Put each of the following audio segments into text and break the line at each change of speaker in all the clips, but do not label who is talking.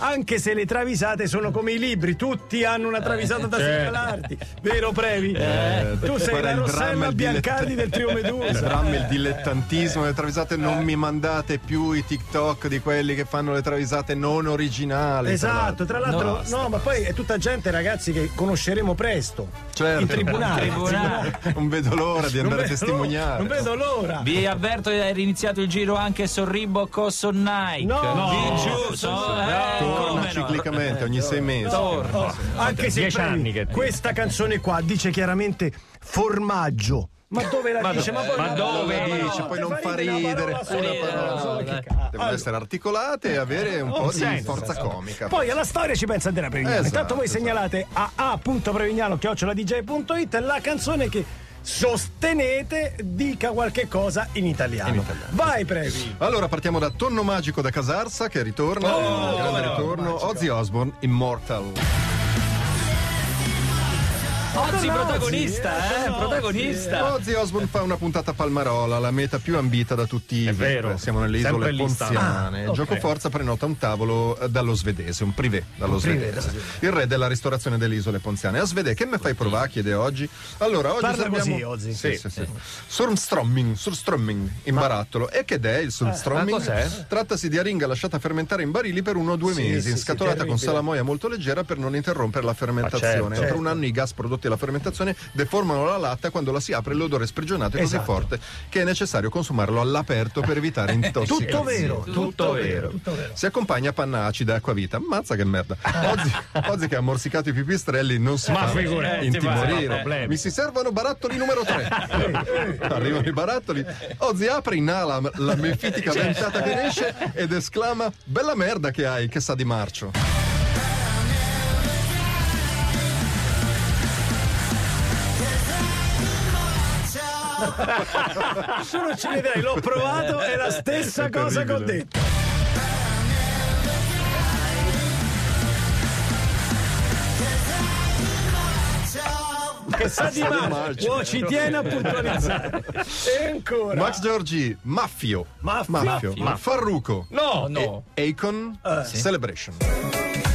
anche se le travisate sono come i libri, tutti hanno
Eh,
una travisata da
certo.
segnalarti, vero Previ?
Eh,
tu sei
guarda,
la
il dramma,
Rossella
il
Biancardi
dilettante.
del Eh. Trio
Il
Medusa.
dramma, il dilettantismo, le travisate non mi mandate più i TikTok di quelli che fanno le travisate non originali. tra
Esatto,
l'altro.
tra l'altro, no, ma poi è tutta gente, ragazzi, che conosceremo presto
Certo.
in tribunale.
In tribunale.
Non vedo l'ora di
Non
andare a
vedo l'ora,
testimoniare.
Non vedo l'ora.
Vi avverto che è iniziato il giro anche Sorribo Cosso Nike.
No. No.
vi giuro, so- eh,
Torna
come no?
ciclicamente ogni sei mesi.
Torna.
Oh, anche se
Dieci
previ,
anni che-
questa canzone qua dice chiaramente formaggio. Ma dove la
Ma
dice?
do-
poi
ma
una
dove
parola,
dice?
no,
Poi
ti
non fa ridere,
una parola
poi
sola,
una
però non so
parola,
che
eh, dai.
ca-
Devono
Allora,
essere articolate e avere un po' di
senso,
forza comica.
Poi alla storia ci pensa Andrea Prevignano.
Esatto,
Intanto voi
esatto.
segnalate a a.prevignano.it la canzone che sostenete dica qualche cosa in italiano.
In italiano.
Vai Previ.
Allora partiamo da Tonno Magico da Casarsa che ritorna,
Oh,
un grande
no,
ritorno,
magico.
Ozzy Osbourne, Immortal.
Ozzy
Torna Ozzy,
protagonista,
eh,
eh,
torna
protagonista.
Ozzy Osbourne fa una puntata a Palmarola, la meta più ambita da tutti i
È
VIP.
vero.
Siamo nelle isole
Sempre lì
Ponziane.
stanno. Ah,
Gioco
ok.
forza prenota un tavolo eh, dallo svedese, un privé dallo svedese. Il re della ristorazione delle isole Ponziane. A svede, che me fai provare? chiede oggi. Allora, oggi
Parla
abbiamo
così, Ozzy.
Sì, sì, sì. Surströmming, surströmming in barattolo. E che è il surströmming?
ma cos'è?
Trattasi di aringa lasciata fermentare in barili per uno o due
Sì, sì,
mesi,
sì,
scatolata con
terribile.
salamoia molto leggera per non interrompere la fermentazione.
certo.
Entro un anno i gas prodotti dalla fermentazione deformano la latta quando la si apre l'odore sprigionato è così
Esatto.
forte che è necessario consumarlo all'aperto per evitare intossicazioni.
Tutto vero, tutto,
vero.
Tutto vero.
Si accompagna a panna acida e acquavita. Mazza che merda. Oggi, oggi che ha morsicato i pipistrelli non si
Ma
fa
figurati, guarda,
intimorire.
problemi.
Mi si servono barattoli numero 3. Arrivano i barattoli. Ozzy apre, inala la mefitica
Certo.
ventata che ne esce ed esclama bella merda che hai che sa di marcio.
Tu non ci vedrai, l'ho provato, è la stessa
È
cosa che ho
terribile.
detto. Che sa di
Sa di
male,
marcio.
oh, ci tiene a puntualizzare. E ancora.
Max Giorgi, Maffio.
Maffio. Eh,
Maffio. Farruco.
No, no.
E Akon Celebration.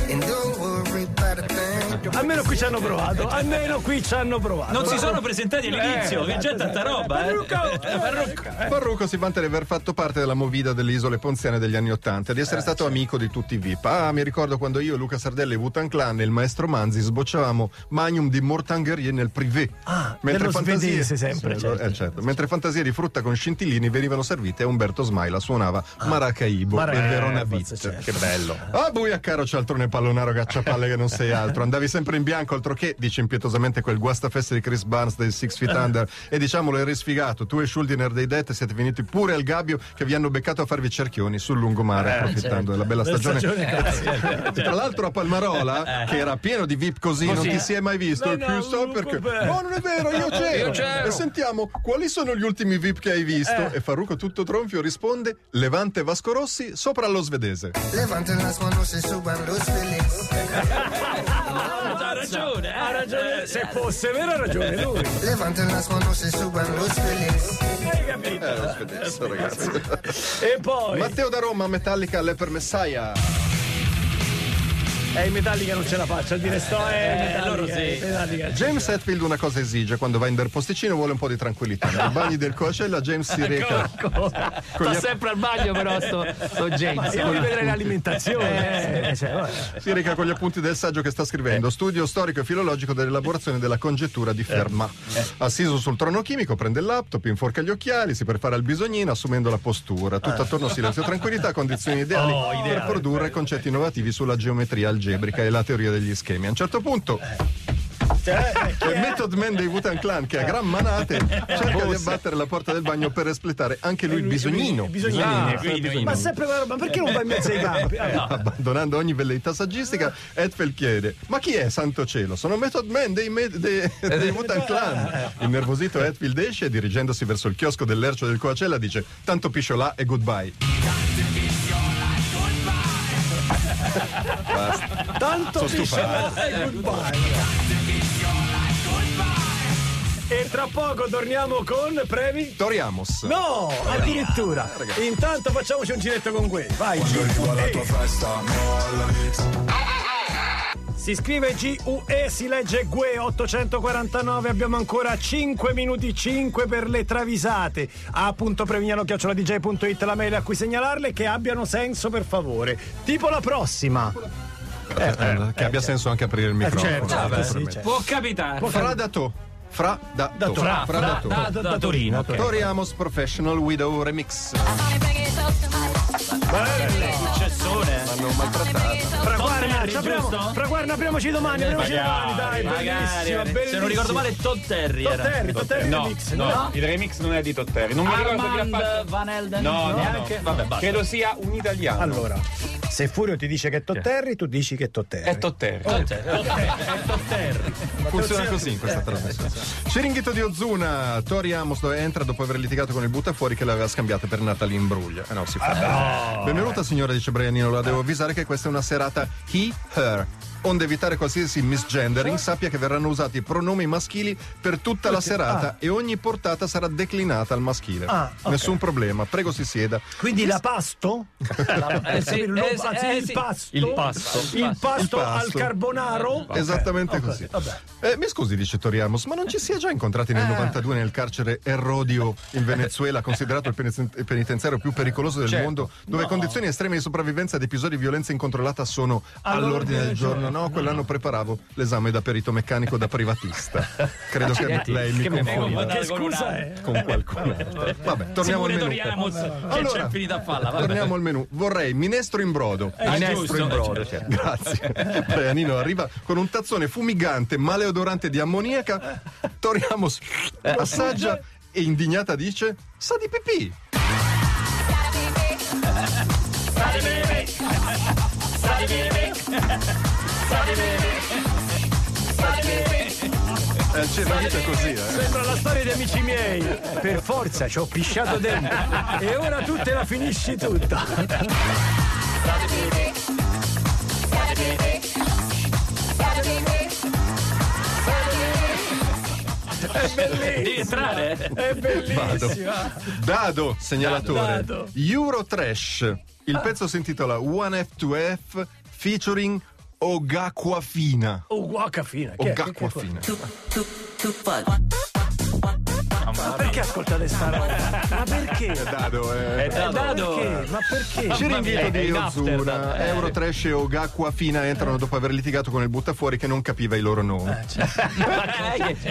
And don't worry about a thing.
Almeno qui ci hanno provato, almeno qui ci hanno provato. Eh,
Non si sono presentati all'inizio, che c'è tanta roba. eh.
Parrucco,
Eh, Parrucco.
Farruco si vanta di aver fatto parte della movida delle isole ponziane degli anni Ottanta, di essere
Eh,
stato amico di tutti i VIP. Ah, mi ricordo quando io, Luca Sardelli, Wutan Clan e il maestro Manzi sbocciavamo Magnum di Mortangherie nel privé.
Ah, dello svedese sempre,
Sì,
certo.
eh, certo. Mentre fantasie di frutta con scintillini venivano servite e Umberto Smaila suonava Maracaibo
Ah, Maracaibo,
e Verona
eh, forse
Beat.
certo.
Che bello.
Ah, buia caro cialtrone pallonaro gacciapalle che non sei altro. Andavi sempre in bianco, altro che, dice impietosamente quel guastafeste di Chris Barnes del Six Feet Under. E diciamolo, eri sfigato. Tu e Schuldiner dei Det siete venuti pure al gabbio che vi hanno beccato a farvi cerchioni sul lungomare, approfittando della bella
La
stagione. Eh,
stagione cazzo.
Tra l'altro a Palmarola, che era pieno di VIP così, non ti si è mai visto.
No,
E
no,
più so
Luca
perché.
Beh.
No, non è vero, io c'ero. E sentiamo, quali sono gli ultimi VIP che hai visto? E Farruco tutto tronfio risponde: Levante Vasco Rossi sopra lo svedese.
Levante las manos y suban los feliz.
Ha ragione,
Ha
eh.
ragione, se fosse vero ha ragione lui.
Levanten las manos y suban los feliz.
Hai capito?
Eh, lo svedese, ragazzi.
E poi...
Matteo da Roma, Metallica, Leper Messiah.
Eh, in Metallica non ce la faccio a dire sto. Eh, Metallica,
loro sì.
eh, Metallica.
James Hetfield una cosa esige quando va in der posticino vuole un po' di tranquillità. Nei bagni del Coachella James si reca con gli
Sta
app-
sempre al bagno però sto, sto James.
Io mi vedrei l'alimentazione. eh, cioè, vabbè.
si reca con gli appunti del saggio che sta
Eh.
scrivendo. Studio storico e filologico dell'elaborazione della congettura di Fermat.
Eh.
Assiso sul trono chimico, prende il laptop, inforca gli occhiali, si prepara al bisognino assumendo la postura.
Eh.
Tutto attorno a silenzio e tranquillità, condizioni ideali
Oh,
per produrre concetti innovativi sulla geometria algebrica e la teoria degli schemi. A un certo punto
Cioè, eh, chi
C'è il
è?
Method Man dei Wutan Clan che a gran manate cerca di abbattere la porta del bagno per espletare anche lui il bisognino.
Eh, Il bisognino. Ah,
il bisognino.
Ma sempre quella roba, perché non vai in mezzo ai campi? Ah, no.
Abbandonando ogni velleità saggistica, Edfeld chiede: Ma chi è, santo cielo? Sono Method Man dei, me- de- Eh, dei Wutan Clan. eh. Innervosito, Edfield esce e dirigendosi verso il chiosco dell'ercio del Coacella dice: Tanto piscio là e goodbye.
Tanto
Sono
pisciano "Ah,
stufato.
e goodbye. E tra poco torniamo con premi.
Toriamos.
No, addirittura.
ragazzi.
Intanto facciamoci un giretto con Guè. Vai. Ehi. Si scrive GUE, si legge GUE 849, abbiamo ancora 5 minuti 5 per le travisate. A.prevignano.dj.it la mail a cui segnalarle che abbiano senso per favore. Tipo la prossima.
Eh, eh, che abbia senso anche aprire il microfono.
certo,
eh,
vabbè, sì,
naturalmente.
certo.
Può capitare.
Fradato. Fradato.
Fra-
Fradato.
da, da- da Torino. ok.
Toriamos Professional Widow Remix.
Successone.
L'hanno maltrattato.
Fra guarda,
Terry,
ci apriamo,
giusto?
fra guarda, apriamoci domani, apriamoci domani, dai,
Magari,
bellissima,
magari. Se non ricordo male, Todd Terry
bellissima.
era.
Totter, Totter
No,
Remix,
no, il remix non è di Totteri. Non mi ricordo chi l'ha
Armand
fatto.
Van Elden.
No, no, no.
neanche. Vabbè, Ah, basta.
Credo sia un italiano.
Allora, se Furio ti dice che è Totterri, tu dici che è Totterri.
È Totteri.
Todd Terry, Todd Terry, è Todd Terry.
Funziona così in
Eh.
questa trasmissione.
Esatto.
Ciringhito di Ozuna. Toriamos entra dopo aver litigato con il buttafuori che l'aveva scambiata per Natalie Imbruglia. Eh no, si
Ah,
fa. Benvenuta signora, dice Brianino. La devo avvisare che questa è una serata he, her. Onde evitare qualsiasi misgendering, sappia che verranno usati pronomi maschili per tutta la serata e ogni portata sarà declinata al maschile.
Ah, ok.
Nessun problema, prego si sieda.
Quindi la pasto? La-
Eh sì,
capito? Lo-
eh sì,
anzi,
eh
il
sì.
pasto.
Il pasto.
Il pasto
Il pasto. Esatto.
al carbonaro.
Esattamente così. Eh, mi scusi, dice Toriamos, ma non ci si è già incontrati nel 92 nel carcere Errodio in Venezuela, considerato il penizen- penitenziario più pericoloso del mondo, dove condizioni estreme di sopravvivenza ad episodi di violenza incontrollata sono all'ordine del giorno? No, quell'anno preparavo l'esame da perito meccanico da privatista. Credo che lei mi confonda
Che scusa è?
con qualcun altro. Vabbè, torniamo al
Simone
menù.
eh. Toriamos, che
Allora,
c'è infinita a palla. Vabbè.
Torniamo al menù. Vorrei minestra in brodo.
giusto,
in
eh,
brodo. cioè.
certo.
Grazie. Brianino arriva con un tazzone fumigante, maleodorante di ammoniaca. Toriamos
Eh.
assaggia e indignata dice: Sa di pipì. Eh, c'è la vita è così, eh.
Sembra la storia di amici miei. Per forza, ci ho pisciato dentro. E ora tu te la finisci tutta.
Devi entrare? Eh,
È
Vado.
bellissimo.
Dado, segnalatore.
Dado.
Euro Trash. Il pezzo si intitola 1F2F featuring Ogacquafina.
Oh, guacca fine. Che è? Che- che-
Ogacquafina.
Ma perché ascoltate sta roba? Ma perché?
Dado, eh.
Dado.
Perché? Ma perché?
Ciringhito di
Afternoon,
Ozuna, Eurotrash e Ogacqua Fina entrano dopo aver litigato con il buttafuori che non capiva i loro nomi.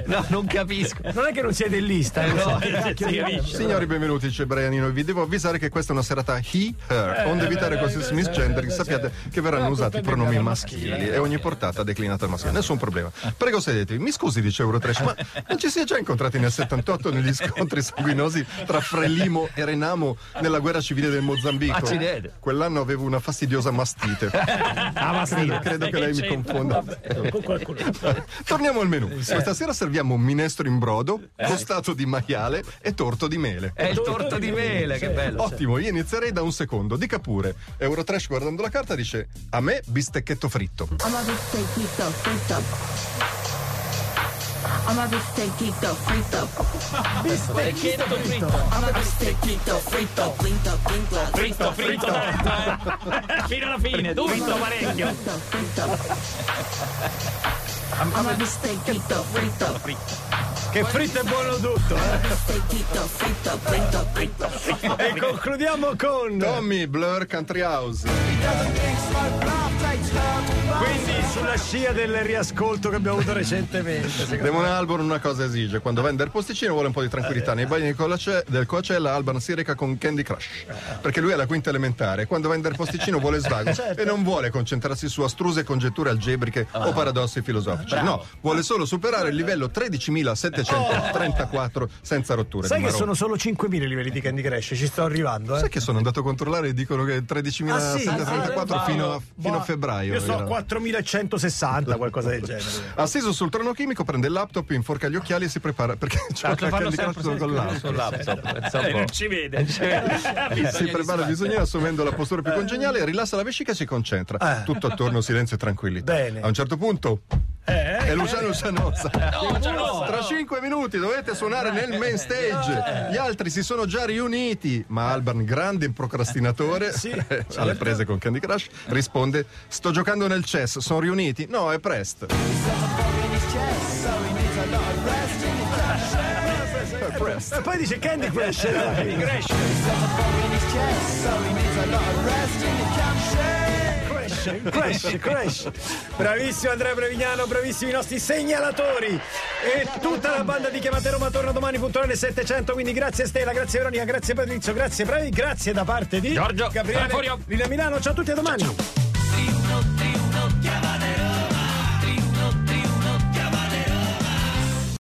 No, non capisco.
Non è che non siete in lista, eh?
Signori, benvenuti, c'è Brianino. Vi devo avvisare che questa è una serata he, her. onde evitare qualsiasi misgendering, sappiate che verranno usati pronomi maschili e ogni portata declinata al maschile. Nessun problema. Prego, sedetevi. Mi scusi, dice Eurotrash, ma non ci si è già incontrati nel 78 negli scontri sanguinosi tra Frelimo e Renamo nella guerra civile del Mozambico?
Accidenti.
Quell'anno avevo una fastidiosa mastite.
Eh,
Credo, credo che lei mi confonda.
Con qualcuno.
Torniamo al
Eh.
menù. Questa sera serviamo minestrone in brodo, costato di maiale e torto di mele.
È Eh. il torto di mele, che bello.
Ottimo, io inizierei da un secondo. Dica pure. Eurotrash guardando la carta dice: A me bistecchetto fritto.
Eh.
I'm a big steak geeked up, freaked up. I'm a big steak geeked up, freaked up. I'm a big steak geeked up, freaked up, linked up, linked up,
Fritto,
linked
fritto tanto, eh. Fino alla fine, dritto parecchio.
up, freaked up. I'm a big steak geeked up, freaked up.
Che fritto è buono tutto. eh.
Steak geeked up, freaked up, linked up, linked up.
E concludiamo con.
Tommy Blur Country House.
Quindi sulla scia del riascolto che abbiamo avuto recentemente. secondo
Demon Alban una cosa esige. Quando va in del posticino vuole un po' di
Eh,
tranquillità. Nei bagni di Colace- del Coacella Alban si reca con Candy Crush. Perché lui è alla quinta elementare. Quando va in del posticino vuole svago
Certo.
e non vuole concentrarsi su astruse congetture algebriche
Ah.
o paradossi filosofici. No, vuole solo superare il livello 13.734 senza
me.
rotture.
Sai
di
che
marò.
sono solo 5.000 i livelli di Candy Crush, ci sto arrivando,
Sai
eh.
che sono andato a controllare e dicono che 13.734
Ah, sì? Ah,
fino, a,
Boh,
fino a febbraio.
Io so
era.
4160, qualcosa del genere.
Asseso sul trono chimico, prende il laptop, inforca gli occhiali e si prepara. Perché c'è
Tanto fanno
Candy Crush
sempre
solo con l'altro.
Sul laptop, pensa
Eh,
un po'.
non ci vede.
si prepara bisogna assumendo la postura più congeniale, rilassa la vescica e si concentra.
Eh.
Tutto attorno silenzio e tranquillità.
Bene. Eh,
A un certo punto È Luciano Cianosa.
no.
Tra cinque minuti dovete suonare nel
Eh,
main stage. Gli altri si sono già riuniti, ma Alban, grande procrastinatore,
Sì,
alle
certo.
prese con Candy Crush, risponde: Sto giocando nel chess, sono riuniti? No, è presto. È presto.
E poi dice Candy Crush. Candy Crush. Crash, crash, crash. Bravissimo Andrea Prevignano, bravissimi i nostri segnalatori e tutta la banda di chiamate Roma torna domani puntuale alle 700, quindi grazie Stella, grazie Veronica, grazie Patrizio, grazie Previ, grazie da parte di
Giorgio,
Gabriele
Sanforio.
Lina Milano, ciao a tutti a domani.